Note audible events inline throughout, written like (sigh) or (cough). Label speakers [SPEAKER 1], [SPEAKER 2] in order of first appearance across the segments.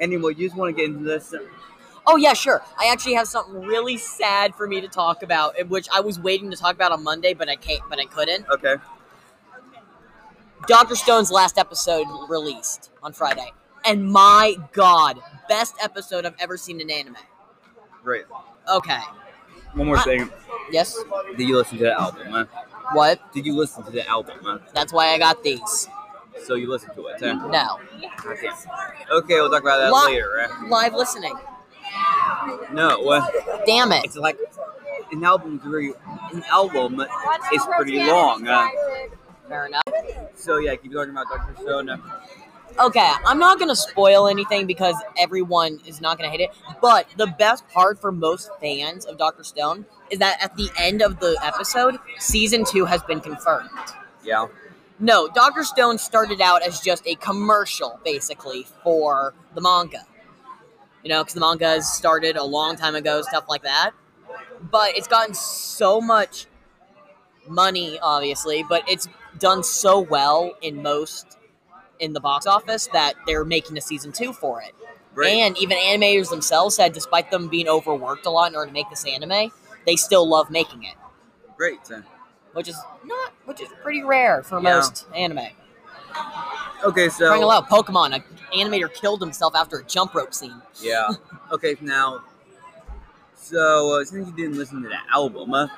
[SPEAKER 1] Anyway, you just want to get into this.
[SPEAKER 2] Oh yeah, sure. I actually have something really sad for me to talk about, eh, which I was waiting to talk about on Monday, but I can't, but I couldn't.
[SPEAKER 1] Okay.
[SPEAKER 2] Doctor Stone's last episode released on Friday, and my God, best episode I've ever seen in anime.
[SPEAKER 1] Great.
[SPEAKER 2] Okay.
[SPEAKER 1] One more
[SPEAKER 2] Uh,
[SPEAKER 1] thing.
[SPEAKER 2] Yes.
[SPEAKER 1] Did you listen to the album, man?
[SPEAKER 2] What?
[SPEAKER 1] Did you listen to the album, man?
[SPEAKER 2] That's why I got these.
[SPEAKER 1] So you listened to it, eh?
[SPEAKER 2] No.
[SPEAKER 1] Okay. Okay, we'll talk about that
[SPEAKER 2] Lot-
[SPEAKER 1] later, right?
[SPEAKER 2] Live listening.
[SPEAKER 1] No, well,
[SPEAKER 2] Damn it.
[SPEAKER 1] it's like an album very an album is pretty long. Uh,
[SPEAKER 2] Fair enough.
[SPEAKER 1] so yeah, keep talking about Doctor Stone. Uh,
[SPEAKER 2] Okay, I'm not gonna spoil anything because everyone is not gonna hate it. But the best part for most fans of Doctor Stone is that at the end of the episode, season two has been confirmed.
[SPEAKER 1] Yeah.
[SPEAKER 2] No, Doctor Stone started out as just a commercial, basically, for the manga. You know, because the manga has started a long time ago, stuff like that. But it's gotten so much money, obviously, but it's done so well in most in the box office that they're making a season two for it.
[SPEAKER 1] Great.
[SPEAKER 2] And even animators themselves said, despite them being overworked a lot in order to make this anime, they still love making it,
[SPEAKER 1] Great. uh,
[SPEAKER 2] which is not, which is pretty rare for
[SPEAKER 1] Yeah.
[SPEAKER 2] most anime.
[SPEAKER 1] Okay, so
[SPEAKER 2] Crying aloud, Pokemon. An animator killed himself after a jump rope scene.
[SPEAKER 1] Yeah. Okay, now. So uh, since you didn't listen to the album, uh,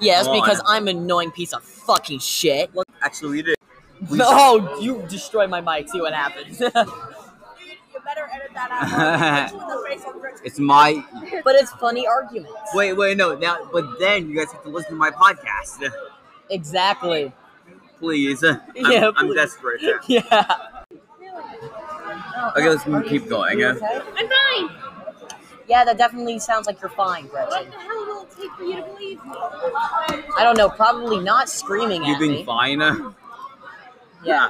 [SPEAKER 2] Yes,
[SPEAKER 1] Come on.
[SPEAKER 2] because I'm an annoying piece of fucking shit.
[SPEAKER 1] well, actually you did. (laughs) We-
[SPEAKER 2] Oh, you destroy my mic. See what happens. (laughs) but
[SPEAKER 3] You better edit that out.
[SPEAKER 1] (laughs)
[SPEAKER 3] Punch you in the face on Brixton.
[SPEAKER 1] It's my.
[SPEAKER 2] it's funny arguments.
[SPEAKER 1] Wait, wait, no. Now, but then you guys have to listen to my podcast, (laughs)
[SPEAKER 2] Exactly. (laughs)
[SPEAKER 1] please. (laughs) uh, I'm,
[SPEAKER 2] Yeah,
[SPEAKER 1] I'm
[SPEAKER 2] please.
[SPEAKER 1] desperate. uh.
[SPEAKER 2] Yeah.
[SPEAKER 1] Okay, let's m- keep going. uh.
[SPEAKER 3] I'm fine.
[SPEAKER 2] Yeah, that definitely sounds like you're fine,
[SPEAKER 3] What
[SPEAKER 2] Gretchen.
[SPEAKER 3] the hell will it take for you to believe me?
[SPEAKER 2] I don't know. Probably not screaming
[SPEAKER 1] You
[SPEAKER 2] at me.
[SPEAKER 1] being fine? uh?
[SPEAKER 2] Yeah.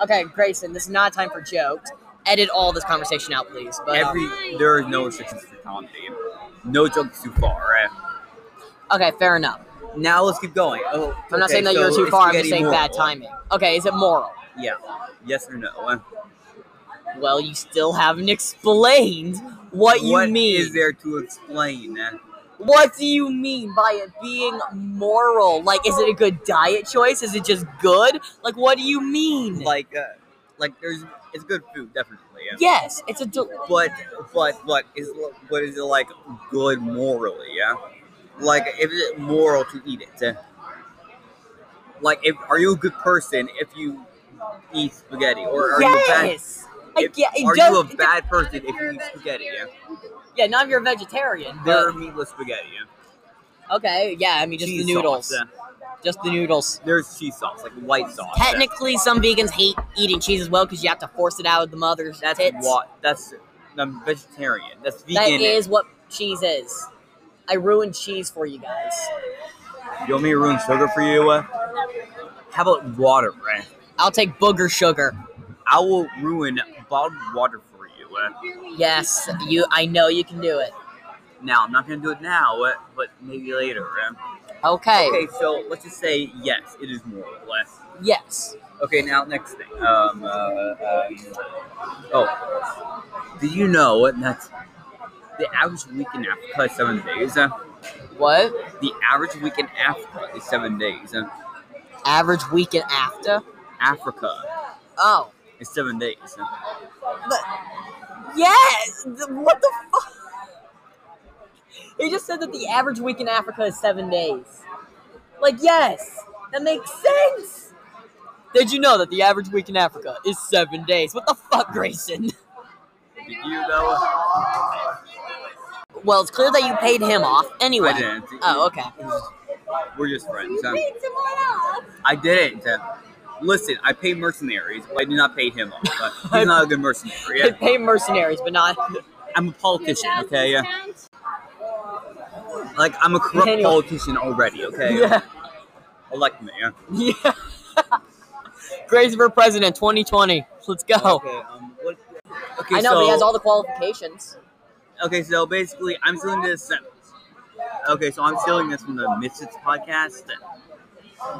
[SPEAKER 2] Okay, Grayson. This is not time for jokes. Edit all this conversation out, please. But um,
[SPEAKER 1] Every there is no restrictions for comedy. No jokes too far. uh.
[SPEAKER 2] okay, fair enough.
[SPEAKER 1] Now let's keep going. Oh,
[SPEAKER 2] I'm not
[SPEAKER 1] okay,
[SPEAKER 2] saying that
[SPEAKER 1] so
[SPEAKER 2] you're too
[SPEAKER 1] it's
[SPEAKER 2] far. I'm just
[SPEAKER 1] getting
[SPEAKER 2] saying
[SPEAKER 1] moral.
[SPEAKER 2] bad timing. Okay, is it moral?
[SPEAKER 1] Yeah. Yes or no? uh?
[SPEAKER 2] Well, you still haven't explained what you mean.
[SPEAKER 1] is there to explain? uh?
[SPEAKER 2] what do you mean by it being moral? Like, is it a good diet choice? Is it just good? Like, what do you mean?
[SPEAKER 1] Like, uh, like there's it's good food definitely. uh.
[SPEAKER 2] yes, it's a. Del-
[SPEAKER 1] But but but is but is it like good morally? Yeah. Like, is it moral to eat it? Like, if are you a good person if you eat spaghetti, or are you a bad?
[SPEAKER 2] yes, I
[SPEAKER 1] if-
[SPEAKER 2] get. It
[SPEAKER 1] are
[SPEAKER 2] does,
[SPEAKER 1] you a
[SPEAKER 2] it-
[SPEAKER 1] bad person if you eat spaghetti? Yeah.
[SPEAKER 2] yeah, now you're a vegetarian.
[SPEAKER 1] There are
[SPEAKER 2] But,
[SPEAKER 1] meatless spaghetti. Yeah.
[SPEAKER 2] okay, yeah, I mean just
[SPEAKER 1] Cheese
[SPEAKER 2] the noodles,
[SPEAKER 1] Sauce, yeah.
[SPEAKER 2] just the noodles.
[SPEAKER 1] There's cheese sauce, like white sauce. yeah.
[SPEAKER 2] Technically, some vegans hate eating cheese as well because you have to force it out of the mother's
[SPEAKER 1] That's
[SPEAKER 2] tits.
[SPEAKER 1] what. That's I'm vegetarian. That's
[SPEAKER 2] That
[SPEAKER 1] vegan.
[SPEAKER 2] is what cheese is. I ruined cheese for you guys.
[SPEAKER 1] You want me to ruin sugar for you? Uh, How about water, Ren?
[SPEAKER 2] I'll take booger sugar.
[SPEAKER 1] I will ruin bottled water for you. Uh,
[SPEAKER 2] Yes, you. I know you can do it.
[SPEAKER 1] now, I'm not gonna do it now, uh, but maybe later. Uh.
[SPEAKER 2] Okay.
[SPEAKER 1] Okay, so let's just say yes, it is more or less.
[SPEAKER 2] Yes.
[SPEAKER 1] Okay, now next thing. Um, uh, um, oh, did you know that the average week in Africa is seven days? Uh,
[SPEAKER 2] What?
[SPEAKER 1] the average week in Africa is seven days. Uh,
[SPEAKER 2] Average weekend after?
[SPEAKER 1] Africa
[SPEAKER 2] Oh.
[SPEAKER 1] is seven days. Uh,
[SPEAKER 2] Yes. Th- What the (laughs) fuck? He just said that the average week in Africa is seven days. Like, yes, that makes sense. Did you know that the average week in Africa is seven days? What the fuck, Grayson?
[SPEAKER 1] Did you know?
[SPEAKER 2] (laughs) Well, it's clear that you paid him off anyway.
[SPEAKER 1] I didn't.
[SPEAKER 2] Oh, okay.
[SPEAKER 1] We're just friends. uh.
[SPEAKER 3] You
[SPEAKER 1] huh?
[SPEAKER 3] beat someone up.
[SPEAKER 1] I didn't. Uh, Listen, I pay mercenaries, but I do not pay him off. Uh, He's not a good mercenary.
[SPEAKER 2] (laughs) They
[SPEAKER 1] yeah.
[SPEAKER 2] pay mercenaries, but not.
[SPEAKER 1] I'm a politician, okay? Yeah.
[SPEAKER 3] Count.
[SPEAKER 1] Like, I'm a corrupt
[SPEAKER 2] Anyway.
[SPEAKER 1] politician already, okay?
[SPEAKER 2] (laughs) Yeah.
[SPEAKER 1] Elect me, yeah.
[SPEAKER 2] Yeah. (laughs) Grayson for president 2020. Let's go.
[SPEAKER 1] Okay, um, what, okay,
[SPEAKER 2] I know,
[SPEAKER 1] so,
[SPEAKER 2] but he has all the qualifications.
[SPEAKER 1] Okay, so basically, I'm stealing this. Okay, so I'm stealing this from the Misfits podcast.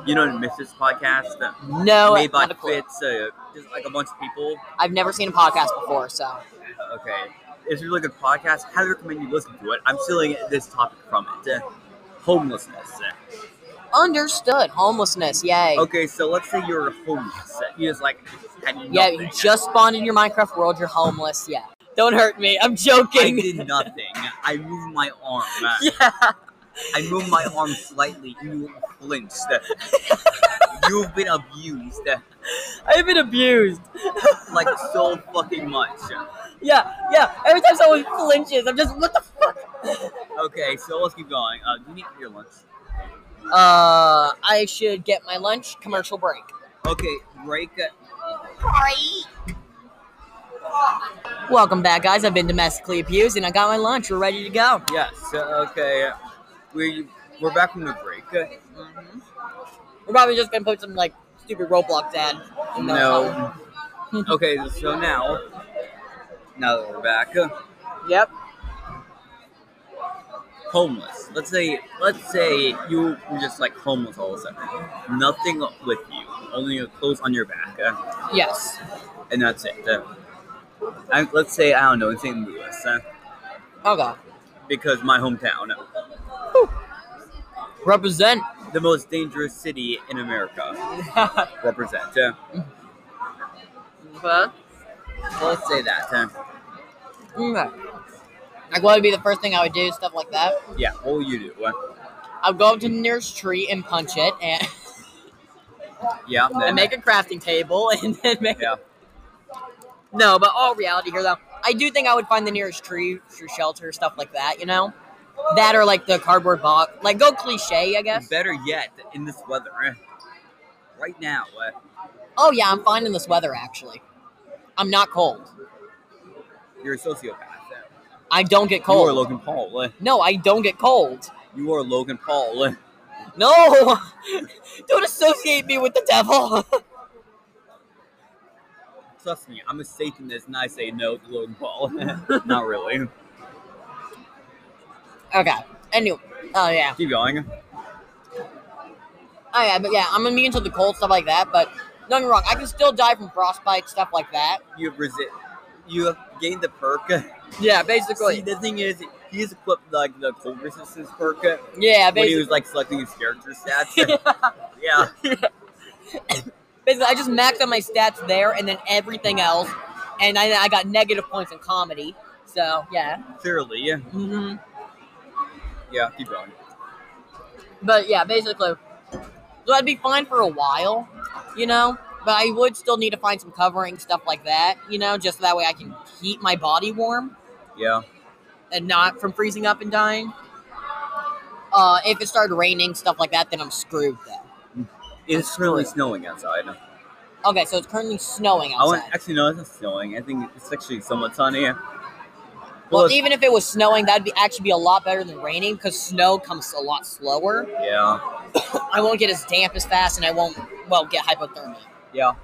[SPEAKER 1] You know the Misfits podcast?
[SPEAKER 2] No,
[SPEAKER 1] made by
[SPEAKER 2] not a clue.
[SPEAKER 1] Fitz, uh, just like a bunch of people.
[SPEAKER 2] I've never seen a podcast before, so
[SPEAKER 1] Okay, it's a really good podcast. Highly recommend you listen to it. I'm stealing this topic from it. eh, Homelessness. eh.
[SPEAKER 2] understood. Homelessness, yay.
[SPEAKER 1] Okay, so let's say you're homeless. eh, You just like had nothing.
[SPEAKER 2] Yeah, you just spawned in your Minecraft world. You're homeless. Yeah. Don't hurt me. I'm
[SPEAKER 1] I
[SPEAKER 2] joking. (laughs)
[SPEAKER 1] did nothing. I moved my arm. eh.
[SPEAKER 2] yeah.
[SPEAKER 1] I moved my arm slightly. You flinched. You've been abused
[SPEAKER 2] I've been abused.
[SPEAKER 1] like so fucking much.
[SPEAKER 2] Yeah, yeah. Every time someone flinches, I'm just what the fuck.
[SPEAKER 1] Okay, so let's keep going. Uh, you need to eat your lunch.
[SPEAKER 2] Uh, I should get my lunch. Commercial break.
[SPEAKER 1] Okay, break.
[SPEAKER 2] Welcome back, guys. I've been domestically abused, and I got my lunch. We're ready to go.
[SPEAKER 1] Yes. uh, Okay. We we're back from the break.
[SPEAKER 2] We're probably just gonna put some like stupid Roblox ad. in there or
[SPEAKER 1] No. okay, so now, now that we're back, uh,
[SPEAKER 2] something. Yep.
[SPEAKER 1] homeless. Let's say, let's say you were just like homeless all of a sudden, nothing with you, only your clothes on your back, uh,
[SPEAKER 2] Yes.
[SPEAKER 1] and that's it. Uh, and let's say I don't know in St. Louis, uh,
[SPEAKER 2] Oh god.
[SPEAKER 1] because my hometown, uh,
[SPEAKER 2] Represent. (laughs)
[SPEAKER 1] the most dangerous city in America, represent. Uh,
[SPEAKER 2] But
[SPEAKER 1] so let's say that. Uh,
[SPEAKER 2] Okay. Mm. Like, what would be the first thing I would do? Stuff like that.
[SPEAKER 1] yeah, what will you do? Uh,
[SPEAKER 2] I would go up to the nearest tree and punch it, and, (laughs)
[SPEAKER 1] yeah,
[SPEAKER 2] and
[SPEAKER 1] then-
[SPEAKER 2] make a crafting table, and (laughs) then make.
[SPEAKER 1] yeah.
[SPEAKER 2] No, but all reality here, though, I do think I would find the nearest tree for shelter, stuff like that. You know, that or like the cardboard box. Like, go cliche, I guess.
[SPEAKER 1] Better yet, in this weather, uh, right now. Uh,
[SPEAKER 2] Oh yeah, I'm fine in this weather. Actually, I'm not cold.
[SPEAKER 1] You're a sociopath.
[SPEAKER 2] I don't get
[SPEAKER 1] You are
[SPEAKER 2] cold.
[SPEAKER 1] Logan Paul. eh?
[SPEAKER 2] No, I don't get cold.
[SPEAKER 1] You are Logan Paul. eh?
[SPEAKER 2] No, (laughs) don't associate me with the devil. (laughs)
[SPEAKER 1] Trust me, I'm a Satanist and I say no to Logan Paul. (laughs) Not really.
[SPEAKER 2] okay. Anyway, oh yeah.
[SPEAKER 1] Keep going.
[SPEAKER 2] Oh yeah, but yeah, I'm immune to the cold stuff like that. But don't get me wrong, I can still die from frostbite stuff like that.
[SPEAKER 1] You have resi- you have gained the perk.
[SPEAKER 2] Yeah,
[SPEAKER 1] See, the thing is, he's equipped with, like the cold resistance perk eh,
[SPEAKER 2] Yeah,
[SPEAKER 1] when he (laughs)
[SPEAKER 2] basically,
[SPEAKER 1] was like selecting his character stats.
[SPEAKER 2] (laughs)
[SPEAKER 1] yeah.
[SPEAKER 2] basically, I just maxed out my stats there, and then everything else, and I, I got negative points in comedy. So yeah,
[SPEAKER 1] Clearly, yeah.
[SPEAKER 2] hmm
[SPEAKER 1] Yeah, keep going.
[SPEAKER 2] but yeah, basically, so I'd be fine for a while, you know. But I would still need to find some covering stuff like that, you know, just that way I can keep my body warm.
[SPEAKER 1] Yeah.
[SPEAKER 2] and not from freezing up and dying. Uh, if it started raining, stuff like that, then I'm screwed though.
[SPEAKER 1] It's currently snowing outside.
[SPEAKER 2] Okay, so it's currently snowing
[SPEAKER 1] I
[SPEAKER 2] outside.
[SPEAKER 1] want, actually, no, it's not snowing. I think it's actually somewhat sunny. eh?
[SPEAKER 2] well,
[SPEAKER 1] Well, it's-
[SPEAKER 2] even if it was snowing, that'd be actually be a lot better than raining because snow comes a lot slower.
[SPEAKER 1] yeah.
[SPEAKER 2] I won't get as damp as fast, and I won't well get hypothermia.
[SPEAKER 1] Yeah.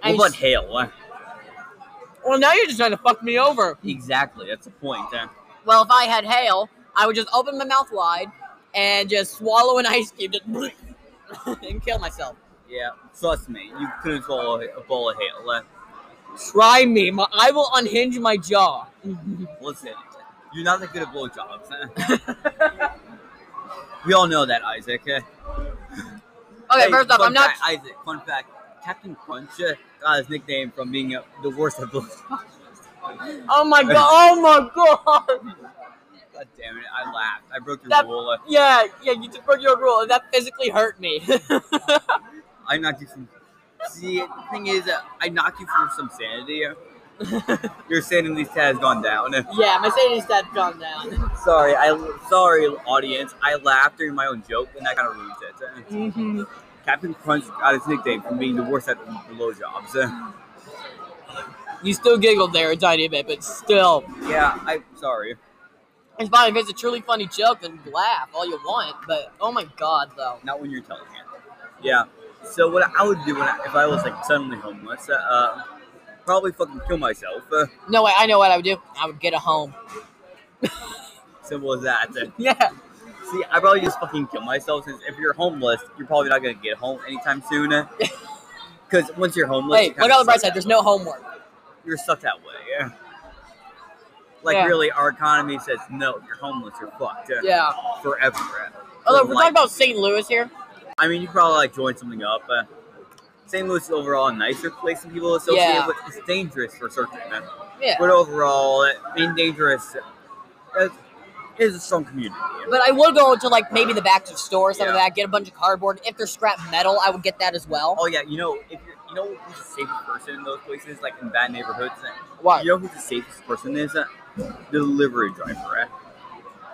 [SPEAKER 2] I
[SPEAKER 1] What about
[SPEAKER 2] just-
[SPEAKER 1] hail? eh?
[SPEAKER 2] well, now you're just trying to fuck me over.
[SPEAKER 1] Exactly, that's the point. eh?
[SPEAKER 2] Well, if I had hail, I would just open my mouth wide and just swallow an ice cube, just (laughs) and kill myself.
[SPEAKER 1] Yeah, trust me, you couldn't swallow a ball of hail. eh?
[SPEAKER 2] Try me, my, I will unhinge my jaw.
[SPEAKER 1] Listen, you're not that good at blowjobs. eh? (laughs) we all know that, Isaac. eh?
[SPEAKER 2] Okay,
[SPEAKER 1] Hey,
[SPEAKER 2] first off,
[SPEAKER 1] fun
[SPEAKER 2] I'm not.
[SPEAKER 1] fact, Isaac, fun fact Captain Crunch eh, got his nickname from being uh, the worst at blowjobs. (laughs)
[SPEAKER 2] Oh my god! Oh my god!
[SPEAKER 1] God damn it, I laughed. I broke your
[SPEAKER 2] That-
[SPEAKER 1] rule. eh?
[SPEAKER 2] Yeah, yeah. You just broke your rule, and that physically hurt me. (laughs)
[SPEAKER 1] I knocked you from. See, the thing is, uh, I knocked you from some sanity. eh? (laughs) Your sanity has gone down. eh?
[SPEAKER 2] yeah, my sanity's had gone down.
[SPEAKER 1] Sorry, I sorry audience. I laughed during my own joke and that kind of ruins it.
[SPEAKER 2] hmm
[SPEAKER 1] Captain Crunch got his nickname from being the worst at blowjobs. (laughs)
[SPEAKER 2] You still giggled there a tiny bit, but still,
[SPEAKER 1] Yeah, I'm sorry.
[SPEAKER 2] it's fine if it's a truly funny joke. Then laugh all you want, but oh my god, though.
[SPEAKER 1] Not when you're telling it. Yeah. So what I would do when I, if I was like suddenly homeless, uh, uh, probably fucking kill myself. Uh,
[SPEAKER 2] No way. I know what I would do. I would get a home.
[SPEAKER 1] simple as that. Uh,
[SPEAKER 2] Yeah.
[SPEAKER 1] see, I (laughs) probably just fucking kill myself since if you're homeless, you're probably not gonna get home anytime soon. uh, Because once you're homeless,
[SPEAKER 2] Wait,
[SPEAKER 1] you
[SPEAKER 2] look
[SPEAKER 1] kinda
[SPEAKER 2] on the bright
[SPEAKER 1] suck.
[SPEAKER 2] side. There's no homework.
[SPEAKER 1] You're stuck that way. Yeah. Like
[SPEAKER 2] Yeah.
[SPEAKER 1] really, our economy says no. You're homeless. You're fucked. Yeah.
[SPEAKER 2] Yeah.
[SPEAKER 1] Forever. yeah.
[SPEAKER 2] Although
[SPEAKER 1] For
[SPEAKER 2] if we're
[SPEAKER 1] life.
[SPEAKER 2] talking about St. Louis here.
[SPEAKER 1] I mean, you probably like join something up. Uh, St. Louis is overall a nicer place than people associate
[SPEAKER 2] Yeah.
[SPEAKER 1] with. It's dangerous for certain. uh,
[SPEAKER 2] Yeah.
[SPEAKER 1] But overall, I mean, dangerous uh, is a strong community.
[SPEAKER 2] But I would go to like maybe the back to store, some of
[SPEAKER 1] Yeah.
[SPEAKER 2] that. Get a bunch of cardboard. If there's scrap metal, I would get that as well.
[SPEAKER 1] Oh yeah, you know, if you're, you know who's the safest person in those places, like in bad neighborhoods.
[SPEAKER 2] Why?
[SPEAKER 1] You know who the safest person is? Uh, The delivery driver. eh?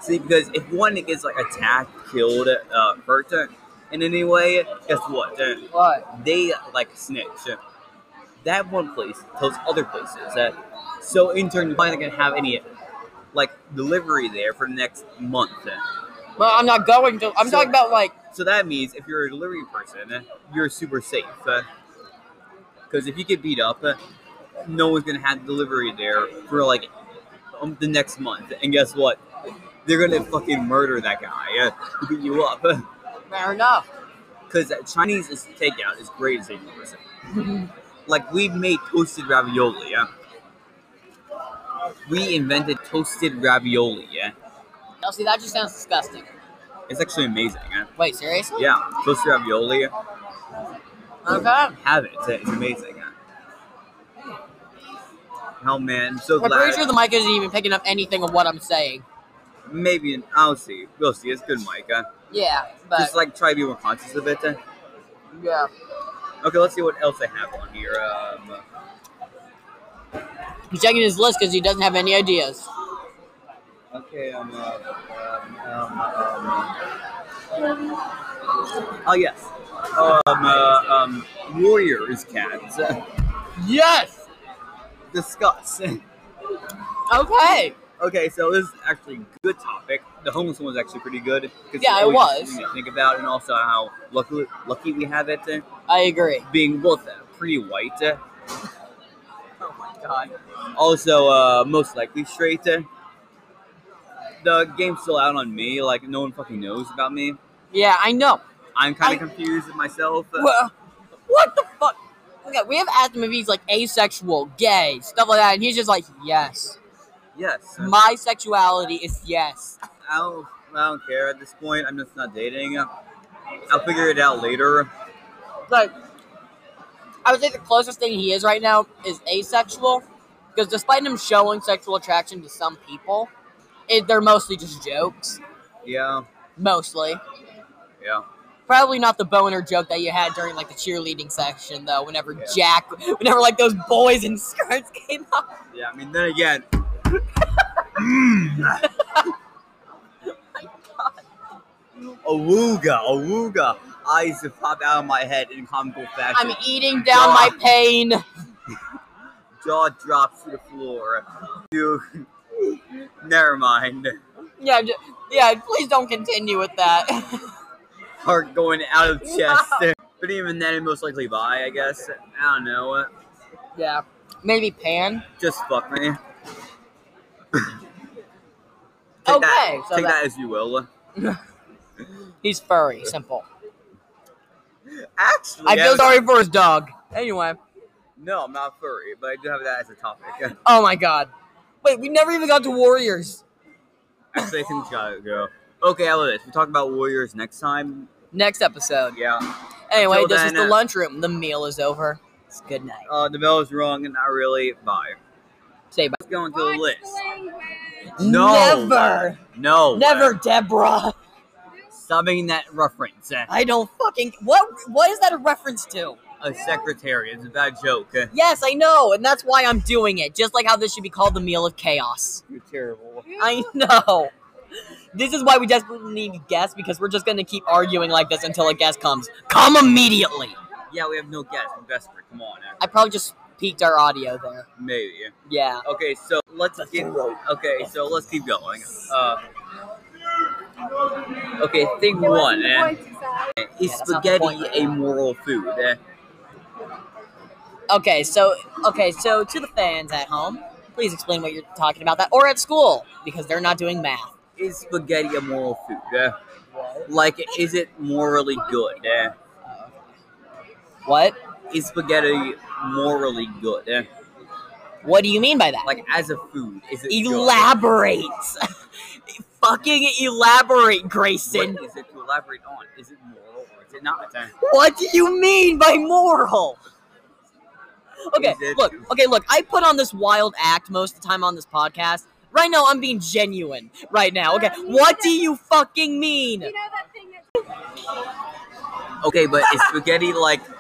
[SPEAKER 1] See, because if one gets like attacked, killed, uh, hurt uh, in any way, guess what? Uh,
[SPEAKER 2] What?
[SPEAKER 1] they like snitch. That one place tells other places that. So in turn, you're probably not gonna have any like delivery there for the next month.
[SPEAKER 2] Well, I'm not going to. I'm
[SPEAKER 1] So-
[SPEAKER 2] talking about like
[SPEAKER 1] So that means if you're a delivery person, you're super safe. Because if you get beat up, no one's gonna have delivery there for like um, the next month. And guess what? They're gonna fucking murder that guy. uh, who Beat you up.
[SPEAKER 2] fair enough.
[SPEAKER 1] Because Chinese is takeout is great as a person. Like we made toasted ravioli, yeah. We invented toasted ravioli, yeah.
[SPEAKER 2] Now, see, that just sounds disgusting.
[SPEAKER 1] It's actually amazing, yeah.
[SPEAKER 2] Wait, seriously?
[SPEAKER 1] Yeah, toasted ravioli,
[SPEAKER 2] Okay.
[SPEAKER 1] have it. It's amazing. yeah. Hell, man, I'm so
[SPEAKER 2] I'm
[SPEAKER 1] glad.
[SPEAKER 2] pretty sure the mic isn't even picking up anything of what I'm saying.
[SPEAKER 1] Maybe I'll see. We'll see. It's good, Mike. uh,
[SPEAKER 2] Yeah, but
[SPEAKER 1] Just like try to be more conscious of it. uh.
[SPEAKER 2] yeah.
[SPEAKER 1] Okay, let's see what else I have on here. Um,
[SPEAKER 2] He's checking his list because he doesn't have any ideas.
[SPEAKER 1] Okay, um, uh, um, um, um, oh yes, um, uh, um, warriors cats. (laughs)
[SPEAKER 2] Yes.
[SPEAKER 1] Discuss. (laughs)
[SPEAKER 2] Okay.
[SPEAKER 1] okay, so this is actually a good topic. The homeless one was actually pretty good. 'cause it's
[SPEAKER 2] Yeah, it
[SPEAKER 1] always
[SPEAKER 2] was.
[SPEAKER 1] something to think about, and also how lucky lucky we have it uh,
[SPEAKER 2] I agree.
[SPEAKER 1] being both uh,
[SPEAKER 2] (laughs)
[SPEAKER 1] pretty white. uh, oh my god. Also, uh, most likely straight. uh. The game's still out on me. Like no one fucking knows about me.
[SPEAKER 2] Yeah, I know.
[SPEAKER 1] I'm kind
[SPEAKER 2] I-
[SPEAKER 1] of confused with myself.
[SPEAKER 2] Well, what the fuck? Okay, we have asked him if he's like asexual, gay, stuff like that, and he's just like, yes.
[SPEAKER 1] yes,
[SPEAKER 2] My sexuality is yes.
[SPEAKER 1] I don't, I don't care at this point. I'm just not dating. I'll figure it out later.
[SPEAKER 2] Like, I would say the closest thing he is right now is asexual, because despite him showing sexual attraction to some people, it, they're mostly just jokes.
[SPEAKER 1] Yeah,
[SPEAKER 2] Mostly.
[SPEAKER 1] yeah.
[SPEAKER 2] Probably not the boner joke that you had during like the cheerleading section though. Whenever
[SPEAKER 1] Yeah.
[SPEAKER 2] Jack, whenever like those boys in skirts (laughs) came up.
[SPEAKER 1] Yeah, I mean,
[SPEAKER 2] (laughs)
[SPEAKER 1] then again. Awooga, awooga. Eyes have popped out of my head in comical fashion.
[SPEAKER 2] I'm eating down my pain.
[SPEAKER 1] Jaw drops to the floor. Dude, never mind.
[SPEAKER 2] Yeah, j- yeah. Please don't continue with that. (laughs)
[SPEAKER 1] Heart going out of chest. But even then, most likely by, I guess. I don't know.
[SPEAKER 2] yeah, maybe pan.
[SPEAKER 1] Just fuck me. Take
[SPEAKER 2] okay,
[SPEAKER 1] that,
[SPEAKER 2] so
[SPEAKER 1] take
[SPEAKER 2] that-
[SPEAKER 1] that as you will.
[SPEAKER 2] he's furry. Simple.
[SPEAKER 1] Actually,
[SPEAKER 2] I feel
[SPEAKER 1] was-
[SPEAKER 2] sorry for his dog. Anyway.
[SPEAKER 1] No, I'm not furry, but I do have that as a topic. (laughs)
[SPEAKER 2] Oh my god. Wait, we never even got to warriors.
[SPEAKER 1] Actually, I think we gotta go. Okay, I love this. We'll talk about Warriors next time.
[SPEAKER 2] Next episode.
[SPEAKER 1] Yeah.
[SPEAKER 2] Anyway,
[SPEAKER 1] Until
[SPEAKER 2] this is
[SPEAKER 1] then,
[SPEAKER 2] the
[SPEAKER 1] uh,
[SPEAKER 2] lunchroom. The meal is over. It's good night.
[SPEAKER 1] Uh, the bell is rung, and not really. Bye.
[SPEAKER 2] Say bye.
[SPEAKER 1] Let's go into the list.
[SPEAKER 3] list.
[SPEAKER 1] No.
[SPEAKER 2] Never.
[SPEAKER 1] No.
[SPEAKER 2] Never, Deborah. (laughs)
[SPEAKER 1] Stop making that reference. Uh,
[SPEAKER 2] I don't fucking what what is that a reference to?
[SPEAKER 1] A secretary. It's a bad joke. Uh,
[SPEAKER 2] Yes, I know, and that's why I'm doing it. Just like how this should be called the meal of chaos.
[SPEAKER 1] You're terrible.
[SPEAKER 2] I (laughs) know. This is why we desperately need a guest because we're just gonna keep arguing like this until a guest comes. Come immediately.
[SPEAKER 1] Yeah, we have no guess. I'm desperate. Come on. uh,
[SPEAKER 2] I probably just peaked our audio there.
[SPEAKER 1] Maybe.
[SPEAKER 2] Yeah.
[SPEAKER 1] Okay, so let's get okay. So let's keep going. Uh, okay, thing one. eh? Is
[SPEAKER 2] Yeah, that's not the
[SPEAKER 1] spaghetti
[SPEAKER 2] point.
[SPEAKER 1] a moral food? eh?
[SPEAKER 2] Okay, so okay, so to the fans at home, please explain what you're talking about that or at school because they're not doing math.
[SPEAKER 1] Is spaghetti a moral food? eh? Like, is it morally good? eh?
[SPEAKER 2] What?
[SPEAKER 1] is spaghetti morally good? Eh,
[SPEAKER 2] What do you mean by that?
[SPEAKER 1] Like as a food, is it good?
[SPEAKER 2] elaborate. (laughs) Fucking elaborate,
[SPEAKER 1] What
[SPEAKER 2] Grayson.
[SPEAKER 1] is it to elaborate on? Is it moral or is it not? Eh,
[SPEAKER 2] What do you mean by moral? Okay,
[SPEAKER 1] Is it-
[SPEAKER 2] look, okay, look, I put on this wild act most of the time on this podcast. Right now, I'm being genuine right now. Okay, what do you fucking
[SPEAKER 3] You know
[SPEAKER 2] mean?
[SPEAKER 3] that thing that
[SPEAKER 1] Okay, but is spaghetti like